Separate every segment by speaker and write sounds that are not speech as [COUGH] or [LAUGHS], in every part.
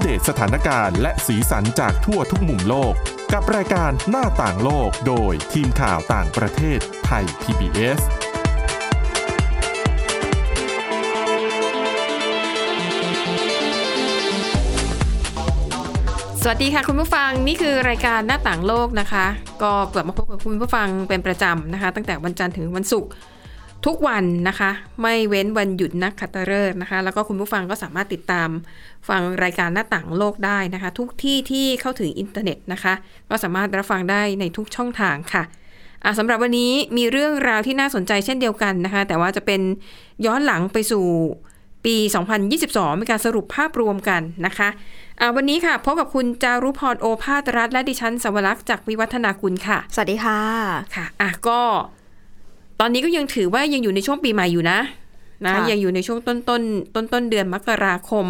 Speaker 1: เดตสถานการณ์และสีสันจากทั่วทุกมุมโลก กับรายการหน้าต่างโลกโดยทีมข่าวต่างประเทศไทย PBS
Speaker 2: สวัสดีค่ะคุณผู้ฟังนี่คือรายการหน้าต่างโลกนะคะ ก็กลับมาพบกับคุณผู้ฟังเป็นประจำนะคะ ตั้งแต่วันจันทร์ถึงวันศุกร์ทุกวันนะคะ ไม่เว้นวันหยุดนักขัตฤกษ์นะคะ แล้วก็คุณผู้ฟังก็สามารถติดตามฟังรายการหน้าต่างโลกได้นะคะ ทุกที่ที่เข้าถึงอินเทอร์เน็ตนะคะ ก็สามารถรับฟังได้ในทุกช่องทางค่ะ อ่ะสำหรับวันนี้มีเรื่องราวที่น่าสนใจเช่นเดียวกันนะคะ แต่ว่าจะเป็นย้อนหลังไปสู่ปี 2022มีการสรุปภาพรวมกันนะคะอ่ะวันนี้ค่ะพบกับคุณจารุพรโอภาสรัฐและดิฉันสวรักษ์จากวิวัฒนาคุณค่ะ
Speaker 3: สวัสดีค่ะ
Speaker 2: ค่ะอ่ะก็ตอนนี้ก็ยังถือว่ายังอยู่ในช่วงปีใหม่อยู่นะนะ
Speaker 3: ค่ะ
Speaker 2: ยังอยู่ในช่วงต้นต้นต้นต้นๆเดือนมกราคม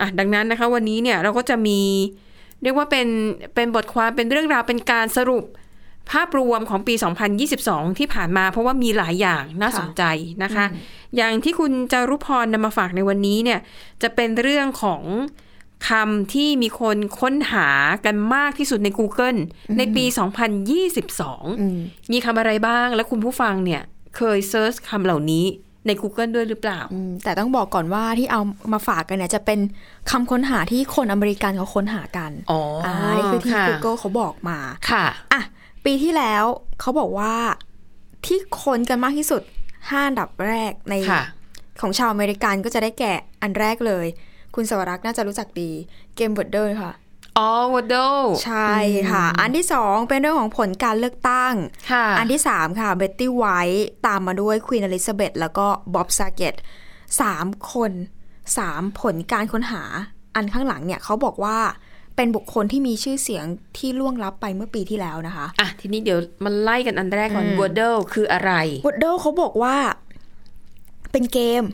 Speaker 2: อ่ะดังนั้นนะคะ วันนี้เนี่ยเราก็จะมี เรียกว่าเป็นเป็นบทความเป็นเรื่องราวเป็นการสรุป ภาพรวมของปี 2022 ที่ผ่านมาเพราะว่ามีหลายอย่างน่า
Speaker 3: ค่ะ
Speaker 2: สนใจนะคะ อย่างที่คุณจารุพรนำมาฝากในวันนี้เนี่ยจะเป็นเรื่องของคำที่มีคนค้นหากันมากที่สุดใน Google ในปี
Speaker 3: อืม
Speaker 2: 2022 มีคำอะไรบ้าง และคุณผู้ฟังเนี่ยเคยเซิร์ชคำเหล่านี้ใน Google ด้วยหรือเปล่า
Speaker 3: อืมแต่ต้องบอกก่อนว่าที่เอามาฝากกันเนี่ยจะเป็นคำค้นหาที่คนอเมริกันเขาค้นหากัน
Speaker 2: อ๋ออ่
Speaker 3: านี่คือที่
Speaker 2: ค่ะ
Speaker 3: Google เขาบอกมา
Speaker 2: ค่ะ
Speaker 3: อ่ะปีที่แล้วเขาบอกว่าที่ค้นกันมากที่สุด 5 อันดับแรกใน
Speaker 2: ค่ะ
Speaker 3: ของชาวอเมริกันก็จะได้แก่อันแรกเลย คุณสวรักษ์น่าจะรู้จักดีเกมบดเดอร์ค่ะ
Speaker 2: อ๋อวอดโด
Speaker 3: ใช่ค่ะ อันที่สองเป็นเรื่องของผลการเลือกตั้ง
Speaker 2: ค่ะ
Speaker 3: อันที่ 3 ค่ะเบตตี้ไวท์ตามมาด้วยควีนอลิซาเบธแล้วก็บ๊อบซาเกตสามคนสามผลการค้นหาอันข้างหลังเนี่ยเขาบอกว่าเป็นบุคคลที่มีชื่อเสียงที่ล่วงลับไปเมื่อปีที่แล้วนะคะ
Speaker 2: อ่ะทีนี้เดี๋ยวมันไล่กันอันแรกก่อน
Speaker 3: อืม
Speaker 2: วอดเดิลคืออะไร
Speaker 3: วูดเดิลเขาบอกว่าเป็นเกม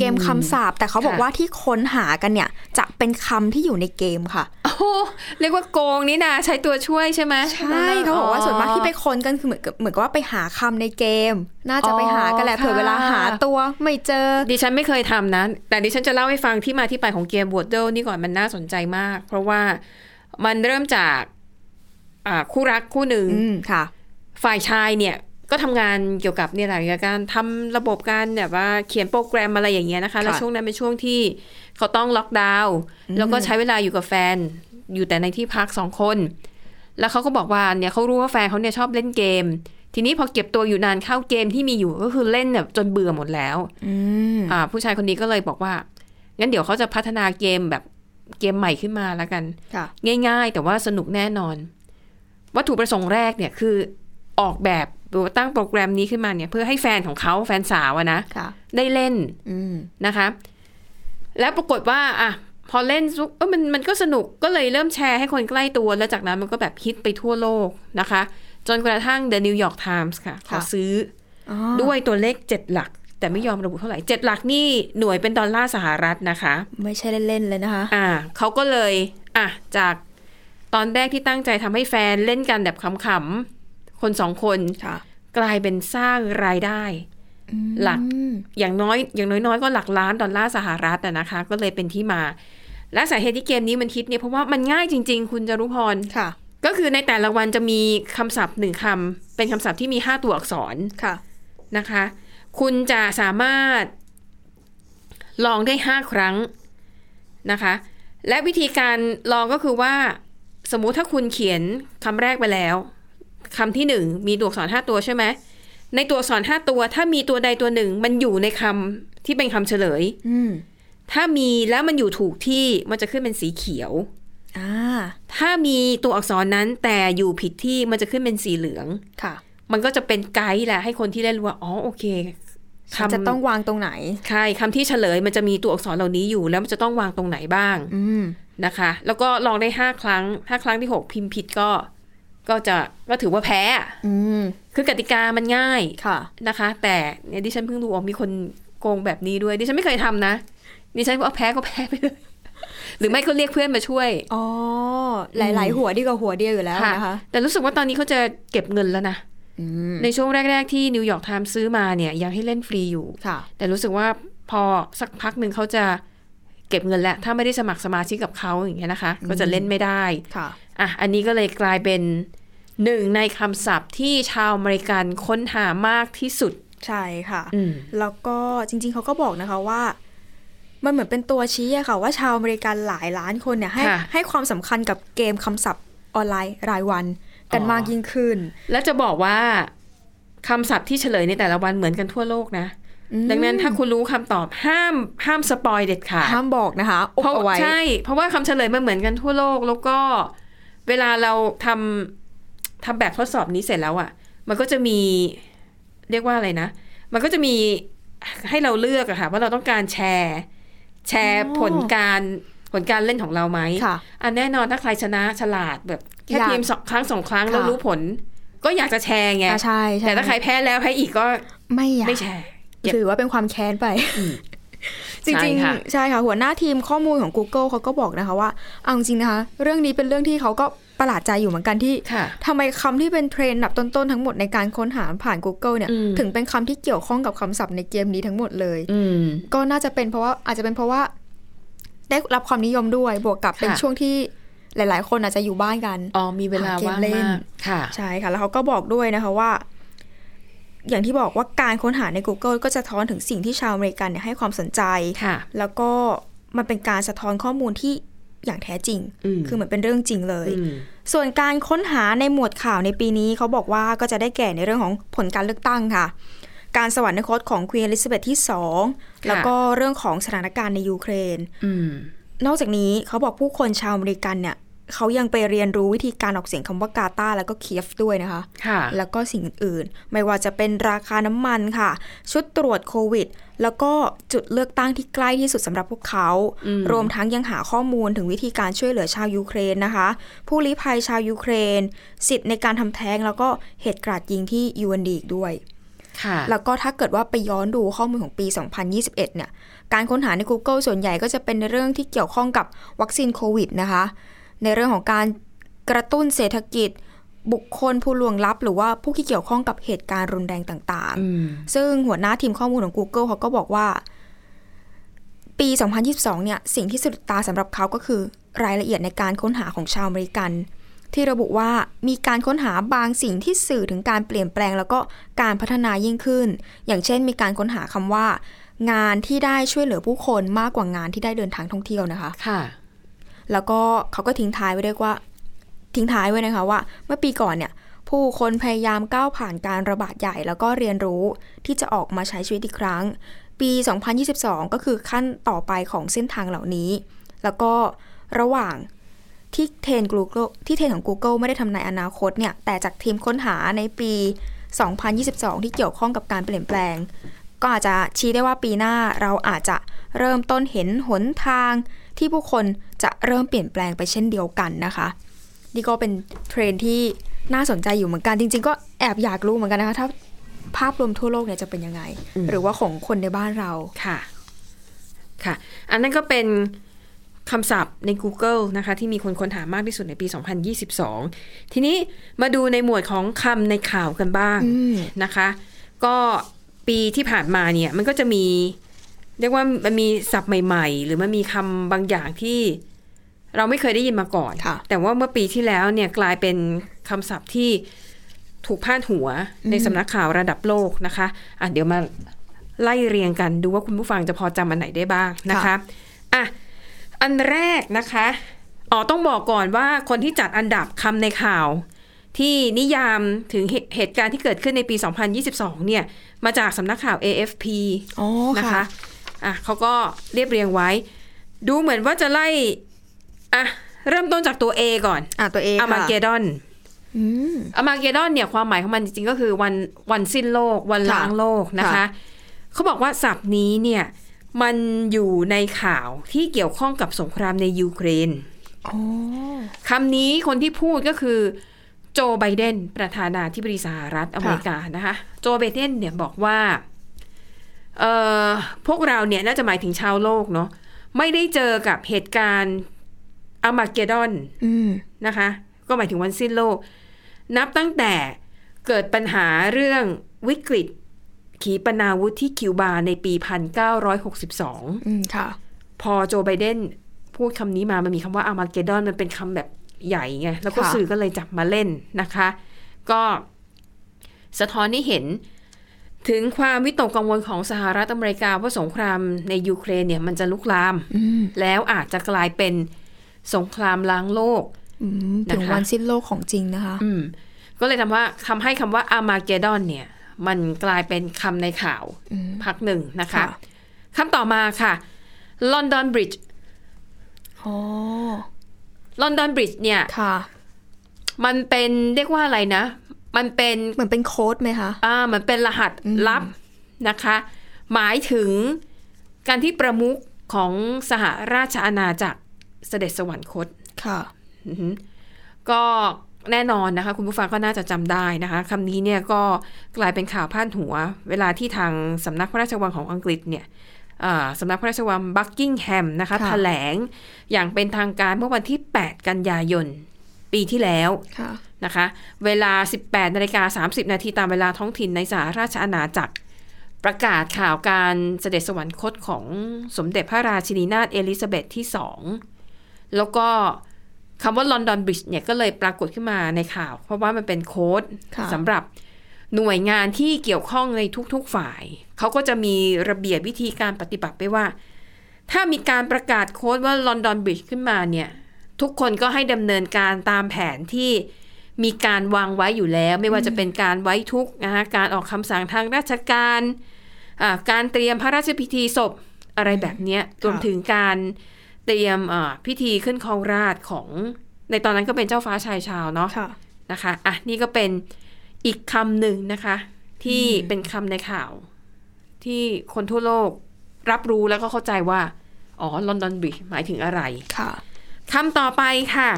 Speaker 3: เกมคำสาปแต่เขาบอก
Speaker 2: ค่ะ
Speaker 3: ว่าที่ค้นหากันเนี่ยจะเป็นคำที่อยู่ในเกมค่ะ
Speaker 2: โอ้โหเรียกว่าโกงนี่นะใช้ตัวช่วยใช่ไหม
Speaker 3: ใช่เขาบอกว่าส่วนมากที่ไปค้นกันคือเหมือนกับเหมือนกับว่าไปหาคำในเกม น่าจะไปหากันแหละเผื่อเวลาหาตัวไม่เจอ
Speaker 2: ดิฉันไม่เคยทำนะ แต่ดิฉันจะเล่าให้ฟังที่มาที่ไปของเกมวอดเดิลนี่ก่อนมันน่าสนใจมาก เพราะว่ามันเริ่มจากอ่าคู่รักคู่หนึ่ง
Speaker 3: อืมค่ะ
Speaker 2: ฝ่ายชายเนี่ยก็ทำงานเกี่ยวกับเนี่ยแหละเกี่ยวกับการทำระบบการแบบว่าเขียนโปรแกรมอะไรอย่างเงี้ยนะคะ
Speaker 3: ค่ะ
Speaker 2: แล้วช่วงนั้นเป็นช่วงที่เขาต้องล็อกดาวน์
Speaker 3: อืม
Speaker 2: แล้วก็ใช้เวลาอยู่กับแฟน อยู่แต่ในที่พักสองคน แล้วเขาก็บอกว่าเนี่ยเขารู้ว่าแฟนเขาเนี่ยชอบเล่นเกม ทีนี้พอเก็บตัวอยู่นานเข้าเกมที่มีอยู่ก็คือเล่นแบบจนเบื่อหมดแล้ว
Speaker 3: อืม
Speaker 2: อ่าผู้ชายคนนี้ก็เลยบอกว่างั้นเดี๋ยวเขาจะพัฒนาเกมแบบเกมใหม่ขึ้นมาแล้วกัน
Speaker 3: ค่ะ
Speaker 2: ง่ายๆ แต่ว่าสนุกแน่นอน วัตถุประสงค์แรกเนี่ยคือออกแบบหรือว่าตั้งโปรแกรมนี้ขึ้นมาเนี่ยเพื่อให้แฟนของเขาแฟนสาวอะนะ
Speaker 3: ค่ะ
Speaker 2: ได้เล่น
Speaker 3: อืม
Speaker 2: นะคะ แล้วปรากฏว่าอ่ะพอเล่นซุกเออมันมันก็สนุกก็เลยเริ่มแชร์ให้คนใกล้ตัว แล้วจากนั้นมันก็แบบฮิตไปทั่วโลกนะคะ จนกระทั่ง The New York Times ค่ะขอ
Speaker 3: ค่ะ
Speaker 2: ซื้อ
Speaker 3: อ๋อ
Speaker 2: อด้วยตัวเลขเจ็ดหลัก แต่ไม่ยอมระบุเท่าไหร่เจ็ดหลักนี่หน่วยเป็นดอลลาร์สหรัฐนะคะ
Speaker 3: ไม่ใช่เล่น ๆ เลยนะคะ
Speaker 2: อ่าเขาก็เลยอ่ะจากตอนแรกที่ตั้งใจทำให้แฟนเล่นกันแบบขำๆ คนสองคน
Speaker 3: ค่ะ
Speaker 2: กลายเป็นสร้างรายได้ หลัก
Speaker 3: อืม
Speaker 2: อย่างน้อยอย่างน้อยๆ ก็หลักล้านดอลลาร์สหรัฐอะนะคะ ก็เลยเป็นที่มา และสาเหตุที่เกมนี้มันคิดเนี่ยเพราะว่ามันง่ายจริงๆ คุณจารุพร
Speaker 3: ค่ะ
Speaker 2: ก็คือในแต่ละวันจะมีคำศัพท์หนึ่งคำเป็นคำศัพท์ที่มี 5 ตัวอักษร
Speaker 3: ค่ะ
Speaker 2: นะคะ คุณจะสามารถลองได้ 5 ครั้งนะคะ และวิธีการลองก็คือว่า สมมุติถ้าคุณเขียนคำแรกไปแล้วคำที่ 1 มีตัวอักษร 5 ตัวใช่ไหมในตัวอักษร 5 ตัวถ้ามีตัวใดตัวหนึ่ง มันอยู่ในคำที่เป็นคำเฉลย
Speaker 3: อืม
Speaker 2: ถ้ามีแล้วมันอยู่ถูกที่มันจะขึ้นเป็นสีเขียว
Speaker 3: อ่า
Speaker 2: ถ้ามีตัวอักษรนั้นแต่อยู่ผิดที่มันจะขึ้นเป็นสีเหลือง
Speaker 3: ค่ะ
Speaker 2: มันก็จะเป็นไกด์แหละให้คนที่เล่นรู้ว่าอ๋อโอเค
Speaker 3: ฉันจะต้องวางตรงไหน
Speaker 2: ใช่คำที่เฉลยมันจะมีตัวอักษรเหล่านี้อยู่ แล้วมันจะต้องวางตรงไหนบ้าง
Speaker 3: อืม
Speaker 2: นะคะ แล้วก็ลองได้ห้าครั้งถ้าครั้งที่หกพิมพ์ผิดก็ ก็จะก็ถือว่าแพ้อะ
Speaker 3: อืม
Speaker 2: คือกติกามันง่าย
Speaker 3: ค่ะ
Speaker 2: นะคะ แต่เนี่ยดิฉันเพิ่งดูออกมีคนโกงแบบนี้ด้วยดิฉันไม่เคยทำนะดิฉันก็เอาแพ้ก็แพ้ไปเลย [LAUGHS] หรือไม่ก็เรียกเพื่อนมาช่วย
Speaker 3: อ๋อ หลาย
Speaker 2: อืม
Speaker 3: ๆ หัวดีกว่าหัวเดียวอยู่แล้วนะคะ
Speaker 2: แต่รู้สึกว่าตอนนี้เขาจะเก็บเงินแล้วนะ
Speaker 3: อืม
Speaker 2: ในช่วงแรก ๆ ที่นิวยอร์กไทม์ซื้อมาเนี่ยยังให้เล่นฟรีอยู่
Speaker 3: ค่ะ
Speaker 2: แต่รู้สึกว่าพอสักพักหนึ่งเขาจะ เก็บเงินแล้ว ถ้าไม่ได้สมัครสมาชิกกับเขาอย่างเงี้ยนะคะ ก็จะเล่นไม่ได้
Speaker 3: ค่ะ
Speaker 2: อ่ะ อันนี้ก็เลยกลายเป็นหนึ่งในคำศัพท์ที่ชาวอเมริกันค้นหามากที่สุด
Speaker 3: ใช่ค่ะ
Speaker 2: อืม
Speaker 3: แล้วก็จริงๆเขาก็บอกนะคะว่า มันเหมือนเป็นตัวชี้อะค่ะ ว่าชาวอเมริกันหลายล้านคนเนี่ยให้
Speaker 2: ค่ะ
Speaker 3: ให้ความสำคัญกับเกมคำศัพท์ออนไลน์รายวันกันมากยิ่งขึ้น
Speaker 2: แล้วจะบอกว่าคำศัพท์ที่เฉลยในแต่ละวันเหมือนกันทั่วโลกนะ
Speaker 3: อืม
Speaker 2: ดังนั้นถ้าคุณรู้คำตอบห้ามห้ามสปอยเด็ดขาด
Speaker 3: ห้ามบอกนะคะอบ
Speaker 2: เพราะ
Speaker 3: เอาไว้
Speaker 2: ใช่ เพราะว่าคำเฉลยมันเหมือนกันทั่วโลก แล้วก็เวลาเราทำทำแบบทดสอบนี้เสร็จแล้วอะ่ะ มันก็จะมีเรียกว่าอะไรนะ มันก็จะมีให้เราเลือกอะค่ะว่าเราต้องการแชร์ แชร์
Speaker 3: อ๋อ
Speaker 2: ผลการผลการเล่นของเราไหม
Speaker 3: ค่ะ
Speaker 2: อันแน่นอนถ้าใครชนะฉลาดแบบแค่
Speaker 3: อยาก
Speaker 2: เพียงสองครั้งสองครั้ง
Speaker 3: ค่ะ
Speaker 2: แล้วรู้ผล ก็อยากจะแชร์ไง
Speaker 3: อ่ะใช่ใช่
Speaker 2: แต่ถ้าใครแพ้แล้วแพ้อีกก็
Speaker 3: ไม่อยาก
Speaker 2: ไม่แชร์ เก็บ
Speaker 3: ถือว่าเป็นความแค้นไป จริง
Speaker 2: ใช่ค่ะ
Speaker 3: ๆ ใช่ค่ะหัวหน้าทีมข้อมูลของ Google เขาก็บอกนะคะว่าเอาจริงๆนะคะ เรื่องนี้เป็นเรื่องที่เขาก็ประหลาดใจอยู่เหมือนกันที่
Speaker 2: ค่ะ
Speaker 3: ทำไมคำที่เป็นเทรนด์อันดับต้นๆ ทั้งหมดในการค้นหาผ่าน Google เนี่ย
Speaker 2: อืม
Speaker 3: ถึงเป็นคำที่เกี่ยวข้องกับคำศัพท์ในเกมนี้ทั้งหมดเลย
Speaker 2: อืม
Speaker 3: ก็น่าจะเป็นเพราะว่าอาจจะเป็นเพราะว่า ได้รับความนิยมด้วยบวกกับเป็น
Speaker 2: ค่ะ
Speaker 3: ช่วงที่หลาย ๆ คนอาจจะอยู่บ้านกัน
Speaker 2: อ๋อมีเวลา
Speaker 3: หาเกม
Speaker 2: ว่าง
Speaker 3: เล่น
Speaker 2: มากค่ะ
Speaker 3: ใช่ค่ะ แล้วเขาก็บอกด้วยนะคะว่า อย่างที่บอกว่าการค้นหาใน Google ก็จะท้อนถึงสิ่งที่ชาวอเมริกันเนี่ยให้ความสนใจ
Speaker 2: ค่ะ
Speaker 3: แล้วก็มันเป็นการสะท้อนข้อมูลที่อย่างแท้จริง
Speaker 2: อืม
Speaker 3: คือเหมือนเป็นเรื่องจริงเลย
Speaker 2: อืม
Speaker 3: ส่วนการค้นหาในหมวดข่าวในปีนี้เขาบอกว่าก็จะได้แก่ในเรื่องของผลการเลือกตั้งค่ะ การสวรรคตของควีนอลิซาเบธที่ 2 แล้วก็เรื่องของสถานการณ์ในยูเครน
Speaker 2: อืม
Speaker 3: นอกจากนี้เขาบอกผู้คนชาวอเมริกันเนี่ยเขายังไปเรียนรู้วิธีการออกเสียงคำว่ากาตาร์แล้วก็เคียฟด้วยนะคะ
Speaker 2: ค่ะ
Speaker 3: แล้วก็สิ่งอื่นๆ ไม่ว่าจะเป็นราคาน้ำมันค่ะ ชุดตรวจโควิด แล้วก็จุดเลือกตั้งที่ใกล้ที่สุดสำหรับพวกเขา
Speaker 2: อืม
Speaker 3: รวมทั้งยังหาข้อมูลถึงวิธีการช่วยเหลือชาวยูเครนนะคะ ผู้ลี้ภัยชาวยูเครน สิทธิ์ในการทำแท้งแล้วก็เหตุกราดยิงที่ยูเอนดีอีกด้วย
Speaker 2: ค่ะ
Speaker 3: แล้วก็ถ้าเกิดว่าไปย้อนดูข้อมูลของปี 2021 เนี่ย การค้นหาใน Google ส่วนใหญ่ก็จะเป็นในเรื่องที่เกี่ยวข้องกับวัคซีนโควิดนะคะ ในเรื่องของการกระตุ้นเศรษฐกิจ บุคคลผู้ลวงลับ หรือว่าผู้ที่เกี่ยวข้องกับเหตุการณ์รุนแรงต่าง
Speaker 2: อืม
Speaker 3: ๆ ซึ่งหัวหน้าทีมข้อมูลของ Google เขาก็บอกว่า ปี 2022 เนี่ย สิ่งที่สะดุดตาสำหรับเขาก็คือรายละเอียดในการค้นหาของชาวอเมริกัน ที่ระบุว่ามีการค้นหาบางสิ่งที่สื่อถึงการเปลี่ยนแปลง แล้วก็การพัฒนายิ่งขึ้น อย่างเช่น มีการค้นหาคำว่า งานที่ได้ช่วยเหลือผู้คนมากกว่างานที่ได้เดินทางท่องเที่ยวนะคะ
Speaker 2: ค่ะ
Speaker 3: แล้วก็เขาก็ทิ้งท้ายไว้ด้วยว่า ทิ้งท้ายไว้นะคะว่า เมื่อปีก่อนเนี่ย ผู้คนพยายามก้าวผ่านการระบาดใหญ่ แล้วก็เรียนรู้ที่จะออกมาใช้ชีวิตอีกครั้ง ปี 2022 ก็คือขั้นต่อไปของเส้นทางเหล่านี้ แล้วก็ระหว่างที่เทรน Google ที่เทรนของ Google ไม่ได้ทำในายอนาคตเนี่ย แต่จากทีมค้นหาในปี 2022 ที่เกี่ยวข้องกับการเปลี่ยนแปลง ก็อาจจะชี้ได้ว่าปีหน้าเราอาจจะเริ่มต้นเห็นหนทาง ที่ผู้คนจะเริ่มเปลี่ยนแปลงไปเช่นเดียวกันนะคะ นี่ก็เป็นเทรนด์ที่น่าสนใจอยู่เหมือนกัน จริง ๆ ก็แอบอยากรู้เหมือนกันนะคะ ถ้าภาพรวมทั่วโลกเนี่ยจะเป็นยังไง
Speaker 2: อืม
Speaker 3: หรือว่าของคนในบ้านเรา
Speaker 2: ค่ะ ค่ะ อันนั้นก็เป็นคำศัพท์ใน Google นะคะ ที่มีคนค้นหามากที่สุดในปี 2022 ทีนี้มาดูในหมวดของคำในข่าวกันบ้าง
Speaker 3: อืม
Speaker 2: นะคะ ก็ปีที่ผ่านมาเนี่ยมันก็จะมี เรียกว่ามันมีศัพท์ใหม่ ๆ หรือมันมีคำบางอย่างที่เราไม่เคยได้ยินมาก่อน
Speaker 3: ค่ะ
Speaker 2: แต่ว่าเมื่อปีที่แล้วเนี่ยกลายเป็นคำศัพท์ที่ถูกพาดหัวในสำนักข่าวระดับโลกนะคะ อ่ะเดี๋ยวมาไล่เรียงกันดูว่าคุณผู้ฟังจะพอจำอันไหนได้บ้างนะคะ
Speaker 3: ค่ะ
Speaker 2: อ่ะอันแรกนะคะอ๋อต้องบอกก่อนว่าคนที่จัดอันดับคำในข่าว ที่นิยามถึงเหเหตุการณ์ที่เกิดขึ้นในปี 2022 เนี่ยมาจากสำนักข่าว AFP
Speaker 3: อ๋อ
Speaker 2: นะคะอ่ะเขาก็เรียบเรียงไว้ ดูเหมือนว่าจะไล่อ่ะเริ่มต้นจากตัว A ก่อน
Speaker 3: อ่ะตัวเอง
Speaker 2: อามา
Speaker 3: ค่ะ
Speaker 2: เกดอน
Speaker 3: อืม
Speaker 2: อามาเกดอนเนี่ยความหมายของมันจริงๆก็คือวันวันสิ้นโลก วัน
Speaker 3: ค่ะ
Speaker 2: ล้างโลกนะคะ
Speaker 3: ค่ะ
Speaker 2: เขาบอกว่าศัพท์นี้เนี่ยมันอยู่ในข่าวที่เกี่ยวข้องกับสงครามในยูเครน
Speaker 3: อ๋อ
Speaker 2: คำนี้คนที่พูดก็คือโจไบเดนประธานาธิบดีสหรัฐอเมริกานะคะ โจไบเดนเนี่ยบอกว่า เอ่อพวกเราเนี่ยน่าจะหมายถึงชาวโลกเนาะไม่ได้เจอกับเหตุการณ์อามาเกดอน
Speaker 3: อืม
Speaker 2: นะคะ ก็หมายถึงวันสิ้นโลก นับตั้งแต่เกิดปัญหาเรื่องวิกฤตขีปนาวุธที่คิวบาในปี 1962
Speaker 3: อืมค่ะ
Speaker 2: พอโจไบเดนพูดคำนี้มามันมีคำว่าอามาเกดอนมันเป็นคำแบบใหญ่ไง แล้วก็
Speaker 3: ค่ะ
Speaker 2: สื่อก็เลยจับมาเล่นนะคะ ก็สะท้อนให้เห็น ถึงความวิตกกังวลของสหรัฐอเมริกาว่าสงครามในยูเครนเนี่ยมันจะลุกลาม
Speaker 3: อืม
Speaker 2: แล้วอาจจะกลายเป็นสงครามล้างโลก
Speaker 3: อืมถึง
Speaker 2: นะคะ
Speaker 3: วันสิ้นโลกของจริงนะคะ
Speaker 2: อืมก็เลยทำว่าทำให้คำว่าอามาเกดอนเนี่ย มันกลายเป็นคำในข่าว
Speaker 3: อืม
Speaker 2: พักหนึ่งนะคะ
Speaker 3: ค่ะ
Speaker 2: คำต่อมาค่ะลอนดอนบริดจ์
Speaker 3: โอ้
Speaker 2: ลอนดอนบริดจ์เนี่ย
Speaker 3: ค่ะ
Speaker 2: มันเป็นเรียกว่าอะไรนะ มันเป็น
Speaker 3: เหมือนเป็นโค้ดไหมคะ
Speaker 2: อ่าเหมือนเป็นรหัส
Speaker 3: อืม
Speaker 2: ลับนะคะ หมายถึงการที่ประมุขของสหราชอาณาจักรเสด็จสวรรคต
Speaker 3: ค่ะ
Speaker 2: อือหือก็แน่นอนนะคะ คุณผู้ฟังก็น่าจะจำได้นะคะคำนี้เนี่ยก็กลายเป็นข่าวพาดหัว เวลาที่ทางสำนักพระราชวังของอังกฤษเนี่ยเอ่อสำนักพระราชวังบักกิงแฮมนะคะ
Speaker 3: ค่ะ
Speaker 2: แถลงอย่างเป็นทางการเมื่อวันที่ 8 กันยายน ปีที่แล้ว
Speaker 3: ค่ะ
Speaker 2: นะคะเวลา 18นาฬิกา30 นาทีตามเวลาท้องถิ่นในสหราชอาณาจักร ประกาศข่าวการเสด็จสวรรคตของสมเด็จพระราชินีนาถเอลิซาเบธที่ 2 แล้วก็คำว่าลอนดอนบริดจ์เนี่ยก็เลยปรากฏขึ้นมาในข่าว เพราะว่ามันเป็นโค้ด
Speaker 3: ค่ะ
Speaker 2: สำหรับหน่วยงานที่เกี่ยวข้องในทุกๆฝ่าย เขาก็จะมีระเบียบวิธีการปฏิบัติไปว่า ถ้ามีการประกาศโค้ดว่าลอนดอนบริดจ์ขึ้นมาเนี่ยทุกคนก็ให้ดำเนินการตามแผนที่มีการวางไว้อยู่แล้ว ไม่ว่าจะเป็นการไว้ทุกข์นะคะการออกคำสั่งทางราชการอ่าการเตรียมพระราชพิธีศพอะไรแบบเนี้ยรวมถึงการเตรียมอ่าพิธีขึ้นครองราชย์ของในตอนนั้นก็เป็นเจ้าฟ้าชายชาวเนาะ
Speaker 3: ค่ะ
Speaker 2: นะคะอ่ะนี่ก็เป็นอีกคำหนึ่งนะคะ ที่เป็นคำในข่าว ที่คนทั่วโลกรับรู้แล้วก็เข้าใจว่า อ๋อ ลอนดอนบริดจ์หมายถึงอะไร
Speaker 3: ค่ะ
Speaker 2: คำต่อไปค่ะ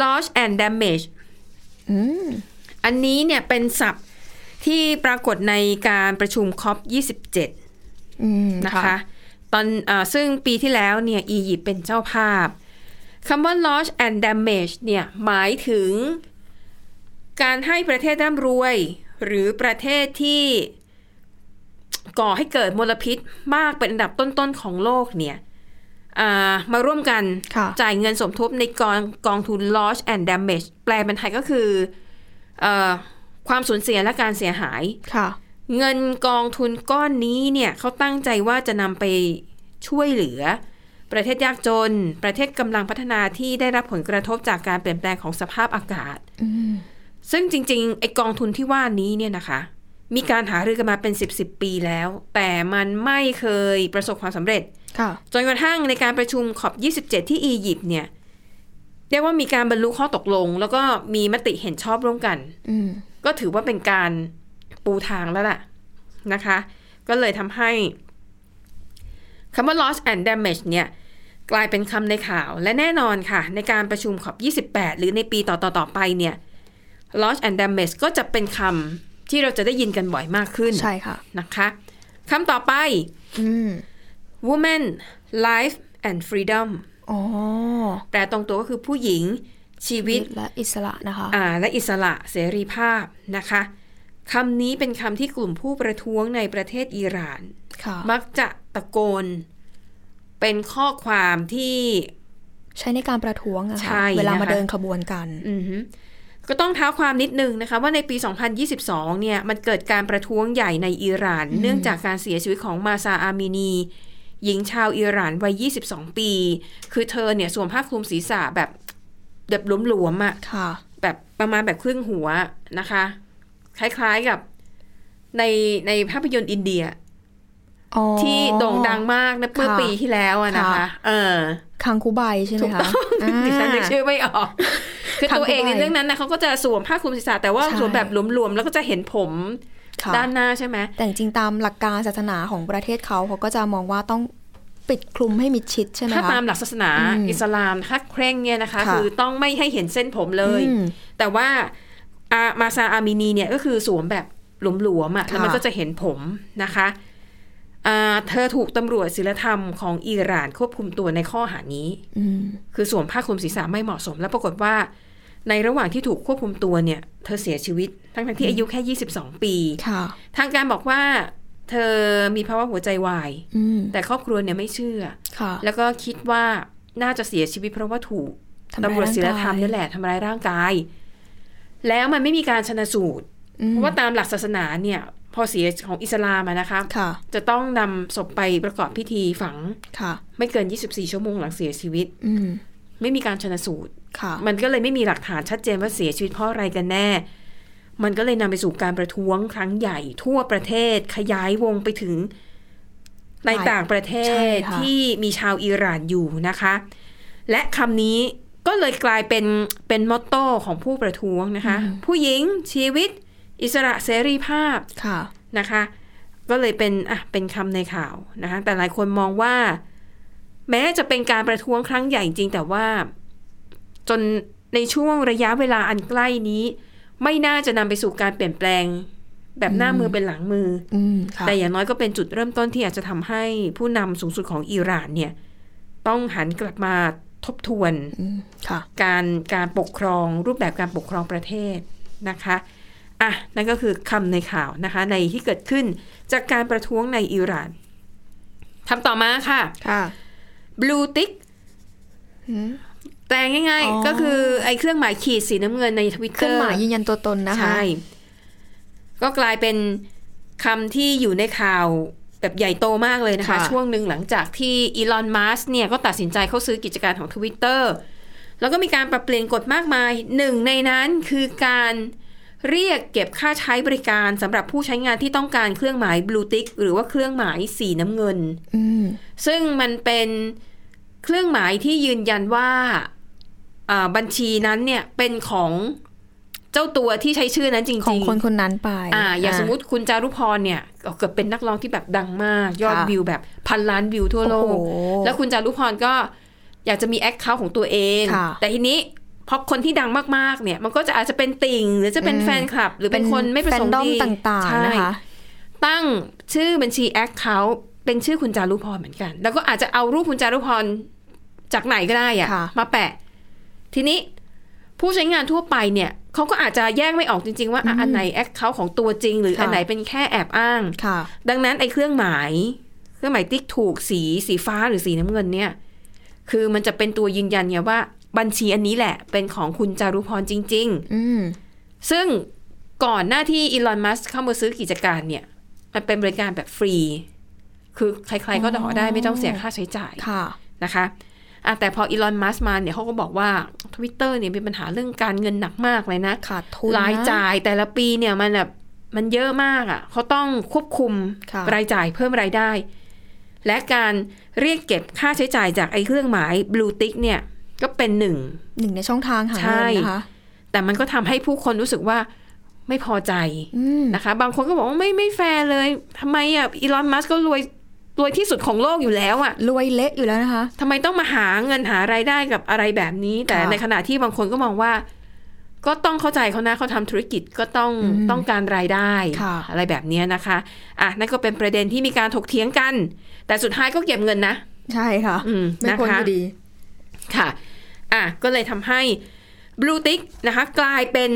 Speaker 2: loss and damage
Speaker 3: อืม
Speaker 2: อันนี้เนี่ยเป็นศัพท์ที่ปรากฏในการประชุมคอป27
Speaker 3: อืม
Speaker 2: นะคะตอนเออซึ่งปีที่แล้วเนี่ยอียิปต์เป็นเจ้าภาพคำว่า loss and damage เนี่ยหมายถึงการให้ประเทศร่ำรวย หรือประเทศที่ก่อให้เกิดมลพิษมากเป็นอันดับต้นๆของโลกเนี่ยอ่ามาร่วมกัน
Speaker 3: ค่ะ
Speaker 2: จ่ายเงินสมทบในกองกองทุน loss and damage แปลเป็นไทยก็คือเออความสูญเสียและการเสียหาย
Speaker 3: ค่ะ
Speaker 2: เงินกองทุนก้อนนี้เนี่ยเขาตั้งใจว่าจะนำไปช่วยเหลือ ประเทศยากจน ประเทศกำลังพัฒนาที่ได้รับผลกระทบจากการเปลี่ยนแปลงของสภาพอากาศ
Speaker 3: อืม
Speaker 2: ซึ่งจริงๆไอกองทุนที่ว่านี้เนี่ยนะคะ มีการหารือกันมาเป็น 10บสปีแล้ว แต่มันไม่เคยประสบความสำเร็จ
Speaker 3: ค่ะ
Speaker 2: จนกระทั่งในการประชุมขอบ 27 ที่อียิปต์เนี่ยเรียกว่ามีการบรรลุข้อตกลง แล้วก็มีมติเห็นชอบร่วมกัน
Speaker 3: อืม
Speaker 2: ก็ถือว่าเป็นการปูทางแล้วล่ะนะคะ ก็เลยทำให้คำว่า loss and damage เนี่ยกลายเป็นคำในข่าวและแน่นอนค่ะ ในการประชุมขอบ 28 หรือในปีต่อๆๆไปเนี่ย loss and damage ก็จะเป็นคำที่เราจะได้ยินกันบ่อยมากขึ้น
Speaker 3: ใช่ค่ะ
Speaker 2: นะคะคำต่อไป
Speaker 3: อืม
Speaker 2: woman life and freedom
Speaker 3: อ๋อ
Speaker 2: แปลตรงตัวก็คือผู้หญิงชีวิต
Speaker 3: และอิสระนะคะ
Speaker 2: อ่าและอิสระเสรีภาพนะคะคำนี้เป็นคำที่กลุ่มผู้ประท้วงในประเทศอิหร่าน
Speaker 3: ค่ะ
Speaker 2: มักจะตะโกน เป็นข้อความที่
Speaker 3: ใช้ในการประท้วงอะ
Speaker 2: ใช่
Speaker 3: ค่ะ เวลา
Speaker 2: นะคะ
Speaker 3: มาเดินขบวนกัน
Speaker 2: อือหือก็ต้องเท้าความนิดนึงนะคะ ว่าในปี 2022 เนี่ย มันเกิดการประท้วงใหญ่ในอิหร่าน เนื่องจากการเสียชีวิตของมาซาอามินี หญิงชาวอิหร่านวัย 22 ปี คือเธอเนี่ยสวมผ้าคลุมศีรษะแบบแบบหลวมๆอ่ะ
Speaker 3: ค่ะ
Speaker 2: แบบประมาณแบบครึ่งหัวนะคะ คล้ายๆกับในในภาพยนตร์อินเดีย
Speaker 3: อ๋อ
Speaker 2: ที่โด่งดังมากนะเมื่อ
Speaker 3: ค่ะ
Speaker 2: ปีที่แล้วอะนะคะ
Speaker 3: ค่ะ
Speaker 2: เออ
Speaker 3: คังคูใบใช่ไหม
Speaker 2: ถูก
Speaker 3: คะ
Speaker 2: ต้อง
Speaker 3: อ่า
Speaker 2: ดิฉันนึกชื่อไม่ออก คือ
Speaker 3: ทำ
Speaker 2: ตัวเอง
Speaker 3: ไม่
Speaker 2: ใน
Speaker 3: ได้
Speaker 2: เรื่องนั้นนะเขาก็จะสวมผ้าคลุมศีรษะแต่ว่า
Speaker 3: ใช่
Speaker 2: สวมแบบหลวมๆ แล้วก็จะเห็นผม
Speaker 3: ค่ะ
Speaker 2: ด้านหน้าใช่ไหม
Speaker 3: แต่จริงๆตามหลักการศาสนาของประเทศเขาเขาก็จะมองว่าต้องปิดคลุมให้มิดชิดใช่ไหม
Speaker 2: ถ้า
Speaker 3: คะ
Speaker 2: ตามหลักศาสนา
Speaker 3: อืม
Speaker 2: อิสลามถ้าเคร่งเนี่ยนะคะ
Speaker 3: ค่ะ
Speaker 2: คือต้องไม่ให้เห็นเส้นผมเลย
Speaker 3: อืม
Speaker 2: แต่ว่าอามาซาอามินีเนี่ยก็คือสวมแบบหลวมๆอ่ะ
Speaker 3: ค่ะ
Speaker 2: แล้วมันก็จะเห็นผมนะคะอ่าเธอถูกตำรวจศิลธรรมของอิหร่านควบคุมตัวในข้อหานี้
Speaker 3: อืม
Speaker 2: คือสวมผ้าคลุมศีรษะไม่เหมาะสม แล้วปรากฏว่า ในระหว่างที่ถูกควบคุมตัวเนี่ย เธอเสียชีวิต ทั้งๆที่อายุแค่ 22 ปี
Speaker 3: ค่ะ
Speaker 2: ทางการบอกว่า เธอมีภาวะหัวใจวาย
Speaker 3: อืม
Speaker 2: แต่ครอบครัวเนี่ยไม่เชื่อ
Speaker 3: ค่ะ
Speaker 2: แล้วก็คิดว่าน่าจะเสียชีวิตเพราะว่าถูก
Speaker 3: ทำาย
Speaker 2: ตำรวจศีลธรรมนี่
Speaker 3: างกาย
Speaker 2: แหละทำร้ายร่างกาย แล้วมันไม่มีการชนะสูตร
Speaker 3: อืม
Speaker 2: เพราะว่าตามหลักศาสนาเนี่ย พอเสียของอิสลามอะนะคะ
Speaker 3: ค่ะ
Speaker 2: จะต้องนำศพไปประกอบพิธีฝัง
Speaker 3: ค่ะ
Speaker 2: ไม่เกิน 24 ชั่วโมงหลังเสียชีวิต
Speaker 3: อืม
Speaker 2: ไม่มีการชนะสูตร
Speaker 3: ค่ะ
Speaker 2: มันก็เลยไม่มีหลักฐานชัดเจนว่าเสียชีวิตเพราะอะไรกันแน่ มันก็เลยนำไปสู่การประท้วงครั้งใหญ่ทั่วประเทศขยายวงไปถึงใน
Speaker 3: หลาย
Speaker 2: ต่างประเท
Speaker 3: ใช่
Speaker 2: ศ
Speaker 3: ค่ะ
Speaker 2: ที่มีชาวอิหร่านอยู่นะคะ และคำนี้ก็เลยกลายเป็นเป็นมอตโต้ของผู้ประท้วงนะคะ ผู้หญิงชีวิต อิสระเสรีภาพ
Speaker 3: ค่ะ
Speaker 2: นะคะ ก็เลยเป็นอ่ะเป็นคำในข่าวนะคะ แต่หลายคนมองว่า แม้จะเป็นการประท้วงครั้งใหญ่จริง แต่ว่าจนในช่วงระยะเวลาอันใกล้นี้ ไม่น่าจะนำไปสู่การเปลี่ยนแปลง แบบหน้ามือเป็นหลังมือ
Speaker 3: อืมค่ะ
Speaker 2: แต่อย่างน้อยก็เป็นจุดเริ่มต้นที่อาจจะทำให้ผู้นำสูงสุดของอิหร่านเนี่ย ต้องหันกลับมาทบทวน
Speaker 3: อืมค่ะ
Speaker 2: การการปกครองรูปแบบการปกครองประเทศนะคะอ่ะนั่นก็คือคำในข่าวนะคะ ในที่เกิดขึ้นจากการประท้วงในอิหร่านคำต่อมาค่ะ
Speaker 3: ค่ะ
Speaker 2: blue tick แต่ง่าย
Speaker 3: อ๋อ
Speaker 2: ๆ ก็คือไอ้เครื่องหมายขีดสีน้ำเงินในทวิตเต
Speaker 3: เครื่
Speaker 2: อ
Speaker 3: อง
Speaker 2: ร์
Speaker 3: หมายยืนยันตัวตนนะคะ
Speaker 2: ใช่ ก็กลายเป็นคำที่อยู่ในข่าวแบบใหญ่โตมากเลยนะคะ
Speaker 3: ะ
Speaker 2: ช่วงหนึ่งหลังจากที่อีลอนมัสเนี่ย ก็ตัดสินใจเข้าซื้อกิจการของ Twitter แล้วก็มีการปรับเปลี่ยนกฎมากมายหนึ่งในนั้นคือการเรียกเก็บค่าใช้บริการสำหรับผู้ใช้งานที่ต้องการเครื่องหมายบลูติกหรือว่าเครื่องหมายสีน้ำเงิน
Speaker 3: อืม
Speaker 2: ซึ่งมันเป็นเครื่องหมายที่ยืนยันว่าอ่าบัญชีนั้นเนี่ยเป็นของเจ้าตัวที่ใช้ชื่อนั้นจริงๆ
Speaker 3: ของคนคนนั้นไป
Speaker 2: อ่าอย่างสมมติคุณจารุพรเนี่ยเกิดเป็นนักร้องที่แบบดังมาก ยอด
Speaker 3: ค่ะ
Speaker 2: วิวแบบพันล้านวิวทั่วโล
Speaker 3: โอ้
Speaker 2: ก
Speaker 3: โห
Speaker 2: แล้วคุณจารุพรก็อยากจะมีแอคเคาท์ของตัวเอง
Speaker 3: ค่ะ
Speaker 2: แต่ทีนี้พอคนที่ดังมากๆเนี่ย มันก็จะอาจจะเป็นติ่ง หรือจะเป็น
Speaker 3: อืม
Speaker 2: แฟนคลับ หรือเป็นคนไม่ประสงค์
Speaker 3: แฟนดอม
Speaker 2: ดี
Speaker 3: ต่าง
Speaker 2: ใช่
Speaker 3: ๆนะคะ
Speaker 2: ตั้งชื่อบัญชีแอคเคาท์เป็นชื่อคุณจารุพรเหมือนกัน แล้วก็อาจจะเอารูปคุณจารุพรจากไหนก็ได้อะ
Speaker 3: ค่ะ
Speaker 2: มาแปะ ทีนี้ผู้ใช้งานทั่วไปเนี่ยเขาก็อาจจะแยกไม่ออกจริง ๆ ว่าอ่ะอันไหนแอคเคาท์ของตัวจริง หรือ
Speaker 3: ค่ะ
Speaker 2: อันไหนเป็นแค่แอบอ้าง
Speaker 3: ค่ะ
Speaker 2: ดังนั้นไอ้เครื่องหมาย เครื่องหมายติ๊กถูกสีสีฟ้าหรือสีน้ำเงินเนี่ย คือมันจะเป็นตัวยืนยันไงว่าบัญชีอันนี้แหละ เป็นของคุณจารุพรจริง
Speaker 3: อืม
Speaker 2: ๆ ซึ่งก่อนหน้าที่อีลอนมัสเข้ามาซื้อกิจการเนี่ย มันเป็นบริการแบบฟรี คือใครๆก็ต่อได้ไม่ต้องเสียค่าใช้จ่าย
Speaker 3: ค่ะ
Speaker 2: นะคะอ่ะแต่พออีลอนมัสมาเนี่ยเขาก็บอกว่า Twitter เนี่ยมีปัญหาเรื่องการเงินหนักมากเลยนะ
Speaker 3: ขาดทุน
Speaker 2: ราย
Speaker 3: นะ
Speaker 2: จ่ายแต่ละปีเนี่ยมันแบบมันเยอะมากอะ่ะเขาต้องควบคุม
Speaker 3: ค่ะ
Speaker 2: รายจ่ายเพิ่มรายได้ และการเรียกเก็บค่าใช้จ่ายจากไอ้เครื่องหมายบลูติกเนี่ยก็เป็นหนึ่ง
Speaker 3: หนึ่งในช่องทางหา
Speaker 2: ใช่
Speaker 3: เงินนะคะ
Speaker 2: แต่มันก็ทำให้ผู้คนรู้สึกว่าไม่พอใจ
Speaker 3: อืม
Speaker 2: นะคะ บางคนก็บอกว่าไม่ไม่แฟร์เลยทำไมอะ่ะอีลอนมัสก็รวยรวยที่สุดของโลกอยู่แล้วอ่ะ
Speaker 3: รวยเละอยู่แล้วนะคะ
Speaker 2: ทำไมต้องมาหาเงินหารายได้กับอะไรแบบนี้ แต่
Speaker 3: ค่ะ
Speaker 2: ในขณะที่บางคนก็มองว่า ก็ต้องเข้าใจเขานะเขาทำธุรกิจก็ต้อง
Speaker 3: อืม
Speaker 2: ต้องการรายได้
Speaker 3: ค่ะ
Speaker 2: อะไรแบบเนี้ยนะคะอ่ะนั่นก็เป็นประเด็นที่มีการถกเถียงกัน แต่สุดท้ายก็เก็บเงินนะ
Speaker 3: ใช่ค่ะ
Speaker 2: อืม
Speaker 3: ไม่
Speaker 2: นะ
Speaker 3: พ้น
Speaker 2: คะ
Speaker 3: อยู่ดี
Speaker 2: ค่ะอ่ะก็เลยทำให้บลูติกนะคะ กลายเป็น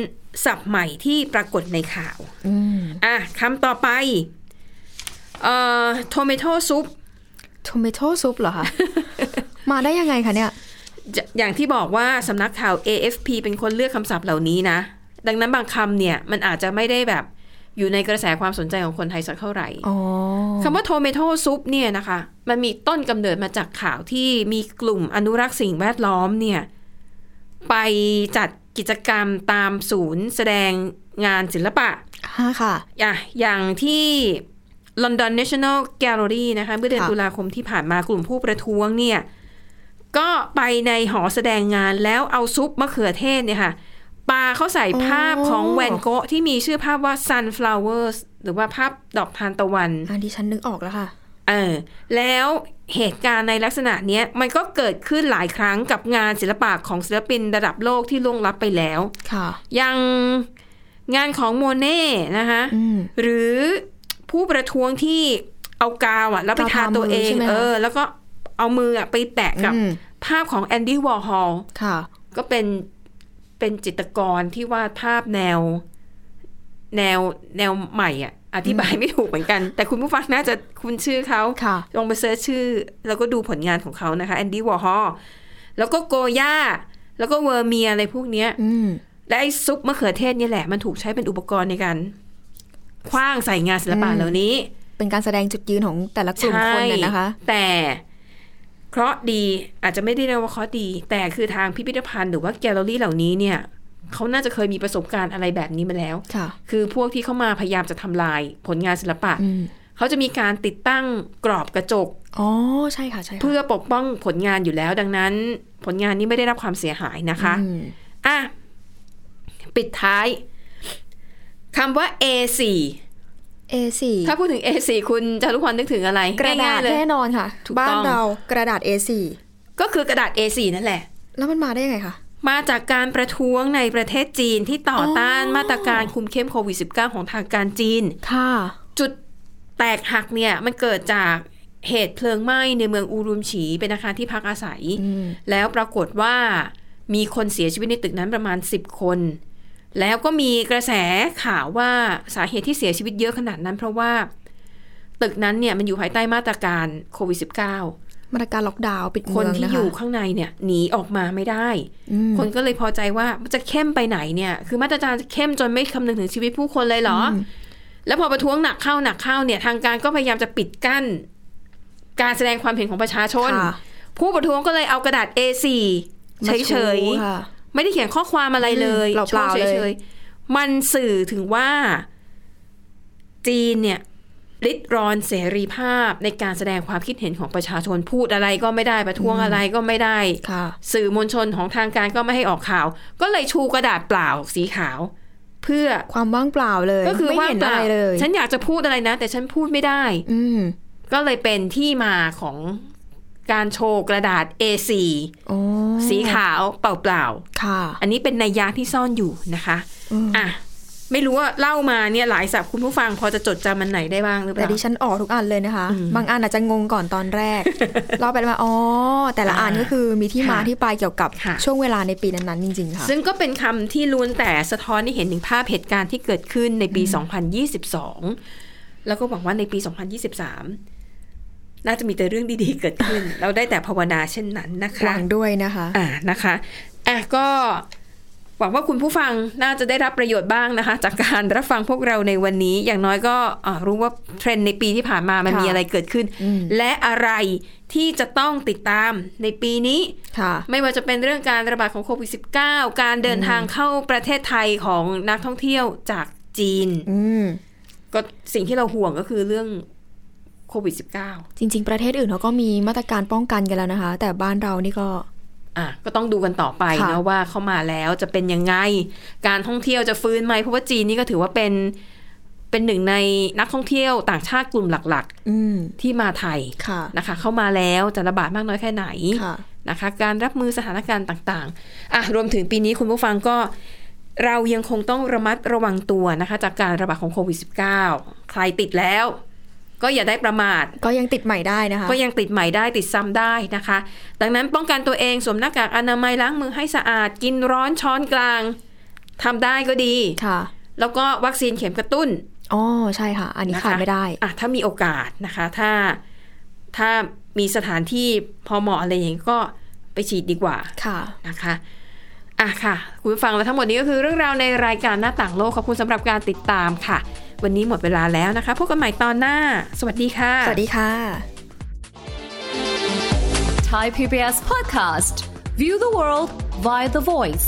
Speaker 2: ศัพท์ใหม่ที่ปรากฏในข่าว
Speaker 3: อืม
Speaker 2: อ่ะคำต่อไปเอ่อ tomato soup
Speaker 3: ทอมเมโต้ซุปเหรอ
Speaker 2: [LAUGHS]
Speaker 3: คะ มาได้ยังไงคะเนี่ย
Speaker 2: จะอย่างที่บอกว่าสำนักข่าว AFP เป็นคนเลือกคำศัพท์เหล่านี้นะ ดังนั้นบางคำเนี่ย มันอาจจะไม่ได้แบบอยู่ในกระแสความสนใจของคนไทยสักเท่าไหร่
Speaker 3: อ๋อ
Speaker 2: คำว่า tomato soup เนี่ยนะคะ มันมีต้นกำเนิดมาจากข่าวที่มีกลุ่มอนุรักษ์สิ่งแวดล้อมเนี่ย ไปจัดกิจกรรมตามศูนย์แสดงงานศิลปะ
Speaker 3: ค่ะค่ะ
Speaker 2: อ่ะอย่างที่ London National Gallery นะคะเมื่อเดือน
Speaker 3: ค่ะ
Speaker 2: ตุลาคมที่ผ่านมากลุ่มผู้ประท้วงเนี่ย ก็ไปในหอแสดงงานแล้วเอาซุปมะเขือเทศเนี่ยค่ะปาเขาใส่ภาพของแวนโกะที่มีชื่อภาพว่า sunflowers หรือว่าภาพดอกทานตะวัน
Speaker 3: อันที่ฉันนึกออกแล้วค่ะ
Speaker 2: เออแล้วเหตุการณ์ในลักษณะเนี้ยมันก็เกิดขึ้นหลายครั้งกับงานศิลปะของศิลปินระดับโลกที่ล่วงลับไปแล้ว
Speaker 3: ค่ะ
Speaker 2: อย่างงานของโมเน่นะคะ
Speaker 3: อืม
Speaker 2: หรือผู้ประท้วงที่เอากาวอะแล้วไปทาตัวเอก
Speaker 3: าวทามือง ใช่ไหมคะ
Speaker 2: เออ แล้วก็เอามืออะไปแตะกับ
Speaker 3: อืม
Speaker 2: ภาพของแอนดี้วอร์ฮอล
Speaker 3: ค่ะ
Speaker 2: ก็เป็นเป็นจิตรกรที่วาดภาพแนว แนวแนวใหม่อะ อธิบายไม่ถูกเหมือนกัน แต่คุณผู้ฟังน่าจะคุ้นชื่อเขา
Speaker 3: ค่ะ
Speaker 2: ลองไปเสิร์ชชื่อ แล้วก็ดูผลงานของเขานะคะแอนดี้วอร์ฮอแล้วก็โกย่า แล้วก็เวอร์เมียอะไรพวกเนี้ย
Speaker 3: อืม
Speaker 2: และไอ้ซุปมะเขือเทศเนี่ยแหละ มันถูกใช้เป็นอุปกรณ์ในการคว้างใส่งานศิลปะ
Speaker 3: อืม
Speaker 2: เหล่านี้
Speaker 3: เป็นการแสดงจุดยืนของแต่ละกลุ่มคนน่ะนะคะ
Speaker 2: แต่เคราะห์ดีอาจจะไม่ได้เรียกว่าเคราะห์ดี แต่คือทางพิพิธภัณฑ์หรือว่าแกลเลอรี่เหล่านี้เนี่ยเขาน่าจะเคยมีประสบการณ์อะไรแบบนี้มาแล้ว
Speaker 3: ค่ะ
Speaker 2: คือพวกที่เข้ามาพยายามจะทำลายผลงานศิลปะ
Speaker 3: อืม
Speaker 2: เขาจะมีการติดตั้งกรอบกระจก
Speaker 3: อ๋อ ใช่ค่ะใช่ค่ะ
Speaker 2: เพื่อปกป้องผลงานอยู่แล้ว ดังนั้น ผลงานนี้ไม่ได้รับความเสียหายนะคะ
Speaker 3: อืม
Speaker 2: อ่ะ ปิดท้ายคำว่า A4
Speaker 3: เอสี่
Speaker 2: ถ้าพูดถึง A4 คุณจารุพรนึกถึงอะไร
Speaker 3: กระดา
Speaker 2: ง่
Speaker 3: ษ
Speaker 2: ยๆเลย
Speaker 3: แน่นอนค่ะ
Speaker 2: ถูกต้อง
Speaker 3: บ้านเรากระดาษ A4
Speaker 2: ก็คือกระดาษ A4 นั่นแหละ
Speaker 3: แล้วมันมาได้ยังไงคะ
Speaker 2: มาจากการประท้วงในประเทศจีนที่ต่ออ
Speaker 3: อ
Speaker 2: ต้านมาตรการคุมเข้มโควิด -19 ของทางการจีน
Speaker 3: ค่ะ
Speaker 2: จุดแตกหักเนี่ยมันเกิดจากเหตุเพลิงไหม้ในเมืองอูรุมฉี เป็นอาคารที่พักอาศัย
Speaker 3: อืม
Speaker 2: แล้วปรากฏว่ามีคนเสียชีวิตในตึกนั้นประมาณ 10 คน แล้วก็มีกระแสข่าวว่าสาเหตุที่เสียชีวิตเยอะขนาดนั้น เพราะว่า ตึกนั้นเนี่ยมันอยู่ภายใต้มาตรการโควิด -19
Speaker 3: มาตรการล็อกดาวน์ปิด
Speaker 2: ค
Speaker 3: เมื
Speaker 2: น
Speaker 3: อง
Speaker 2: ที่
Speaker 3: นะ
Speaker 2: อ
Speaker 3: คะ
Speaker 2: ยู่ข้างในเนี่ยหนีออกมาไม่ได้
Speaker 3: อืม
Speaker 2: คนก็เลยพอใจว่ามันจะเข้มไปไหนเนี่ย คือมาตรการจะเข้มจนไม่คำนึงถึงชีวิตผู้คนเลยเหรออแล้วพอประท้วงหนักเข้าหนักเข้าเนี่ย ทางการก็พยายามจะปิดกั้น การแสดงความเห็นของประชาชน
Speaker 3: ค่ะ
Speaker 2: ผู้ประท้วงก็เลยเอากระดาษ A4
Speaker 3: มา
Speaker 2: เฉ
Speaker 3: ชู
Speaker 2: ย
Speaker 3: ค่ะ
Speaker 2: ๆ ไม่ได้เขียนข้อความอะไรเลย
Speaker 3: อืมเปล่าๆ
Speaker 2: โช
Speaker 3: เลย
Speaker 2: ฉๆมันสื่อถึงว่า จีนเนี่ยริดรอนเสรีภาพในการแสดงความคิดเห็นของประชาชนพูดอะไรก็ไม่ได้ประท้วง
Speaker 3: อืม
Speaker 2: อะไรก็ไม่ได้
Speaker 3: ค่ะ
Speaker 2: สื่อมวลชนของทางการก็ไม่ให้ออกข่าว ก็เลยชูกระดาษเปล่าสีขาว เพื่อ
Speaker 3: ความว่างเปล่าเลย
Speaker 2: ก็คือ
Speaker 3: ไม่
Speaker 2: ว่า
Speaker 3: เห็น
Speaker 2: เป
Speaker 3: อะ
Speaker 2: ล่า
Speaker 3: ไรเลย
Speaker 2: ฉันอยากจะพูดอะไรนะ แต่ฉันพูดไม่ได้
Speaker 3: อืม
Speaker 2: ก็เลยเป็นที่มาของการโชว์กระดาษ A4
Speaker 3: โอ้
Speaker 2: สีขาวเปล่า
Speaker 3: ค่ะ
Speaker 2: ๆ อันนี้เป็นนัยยะที่ซ่อนอยู่นะคะ
Speaker 3: อืม
Speaker 2: อ่ะไม่รู้ว่าเล่ามาเนี่ยหลายศัพท์คุณผู้ฟังพอจะจดจำมันไหนได้บ้างหรือเป
Speaker 3: แต่
Speaker 2: ล่า
Speaker 3: ดิฉันออกทุกอันเลยนะคะ บางอันอาจจะงงก่อนตอนแรก [LAUGHS] เราไปมาอ๋อแต่ละอันก็คือมีที่มา
Speaker 2: ค่ะ
Speaker 3: ที่ไปเกี่ยวกับ
Speaker 2: ค่ะ
Speaker 3: ช่วงเวลาในปีนั้นๆจริงๆค่ะ
Speaker 2: ซึ่งก็เป็นคำที่ล้วนแต่สะท้อนให้เห็นถึงภาพเหตุการณ์ที่เกิดขึ้นในปี 2022 แล้วก็หวังว่าในปี 2023 น่าจะมีแต่เรื่องดีๆ เกิดขึ้น เราได้แต่ภาวนาเช่นนั้นนะ
Speaker 3: ห
Speaker 2: คะ
Speaker 3: วังด้วยนะคะ
Speaker 2: อ่านะคะอ่ะก็หวังว่าคุณผู้ฟังน่าจะได้รับประโยชน์บ้างนะคะ จากการรับฟังพวกเราในวันนี้ อย่างน้อยก็อ่ารู้ว่าเทรนด์ในปีที่ผ่านมามัน
Speaker 3: ค่ะ
Speaker 2: มีอะไรเกิดขึ้น
Speaker 3: อืม
Speaker 2: และอะไรที่จะต้องติดตามในปีนี้
Speaker 3: ค่ะ
Speaker 2: ไม่ว่าจะเป็นเรื่องการระบาดของโควิด -19 การเดินทางเข้าประเทศไทยของนักท่องเที่ยวจากจีน
Speaker 3: อืม
Speaker 2: ก็สิ่งที่เราห่วงก็คือเรื่องโควิด -19
Speaker 3: จริง ๆ ประเทศอื่นเขาก็มีมาตรการป้องกันกันแล้วนะคะ แต่บ้านเรานี่ก็
Speaker 2: อ่ะก็ต้องดูกันต่อไป
Speaker 3: ค่ะ
Speaker 2: นะว่าเข้ามาแล้วจะเป็นยังไง การท่องเที่ยวจะฟื้นไหมเพราะว่าจีนนี่ก็ถือว่าเป็นเป็นหนึ่งในนักท่องเที่ยวต่างชาติกลุ่มหลัก
Speaker 3: ืม
Speaker 2: ๆ ที่มาไทย
Speaker 3: ค่ะ
Speaker 2: นะคะ เข้ามาแล้วจะระบาดมากน้อยแค่ไหน
Speaker 3: ค่ะ
Speaker 2: นะคะการรับมือสถานการณ์ต่างๆ อ่ะรวมถึงปีนี้คุณผู้ฟังก็เรายังคงต้องระมัดระวังตัวนะคะ จากการระบาดของโควิด -19 ใครติดแล้ว ก็อย่าได้ประมาท
Speaker 3: ก็ยังติดใหม่ได้นะคะ
Speaker 2: ก็ยังติดใหม่ได้ติดซ้ำได้นะคะ ดังนั้นป้องกันตัวเองสวมหน้ากากอนามัยล้างมือให้สะอาด กินร้อนช้อนกลางทำได้ก็ดี
Speaker 3: ค่ะ
Speaker 2: แล้วก็วัคซีนเข็มกระตุ้น
Speaker 3: อ๋อ ใช่ค่ะ อันนี้
Speaker 2: นะคะ
Speaker 3: ขาดไม่ได้
Speaker 2: อ่ะถ้ามีโอกาสนะคะ ถ้าถ้ามีสถานที่พอเหมาะอะไรอย่างนี้ก็ไปฉีดดีกว่า
Speaker 3: ค่ะ
Speaker 2: นะคะอ่ะค่ะ คุณผู้ฟังและทั้งหมดนี้ก็คือเรื่องราวในรายการหน้าต่างโลก ขอบคุณสำหรับการติดตามค่ะ วันนี้หมดเวลาแล้วนะคะ พบกันใหม่ตอนหน้า สวัสดีค่ะ
Speaker 3: สวัสดีค่ะ
Speaker 4: Thai PBS podcast. View the world via the voice.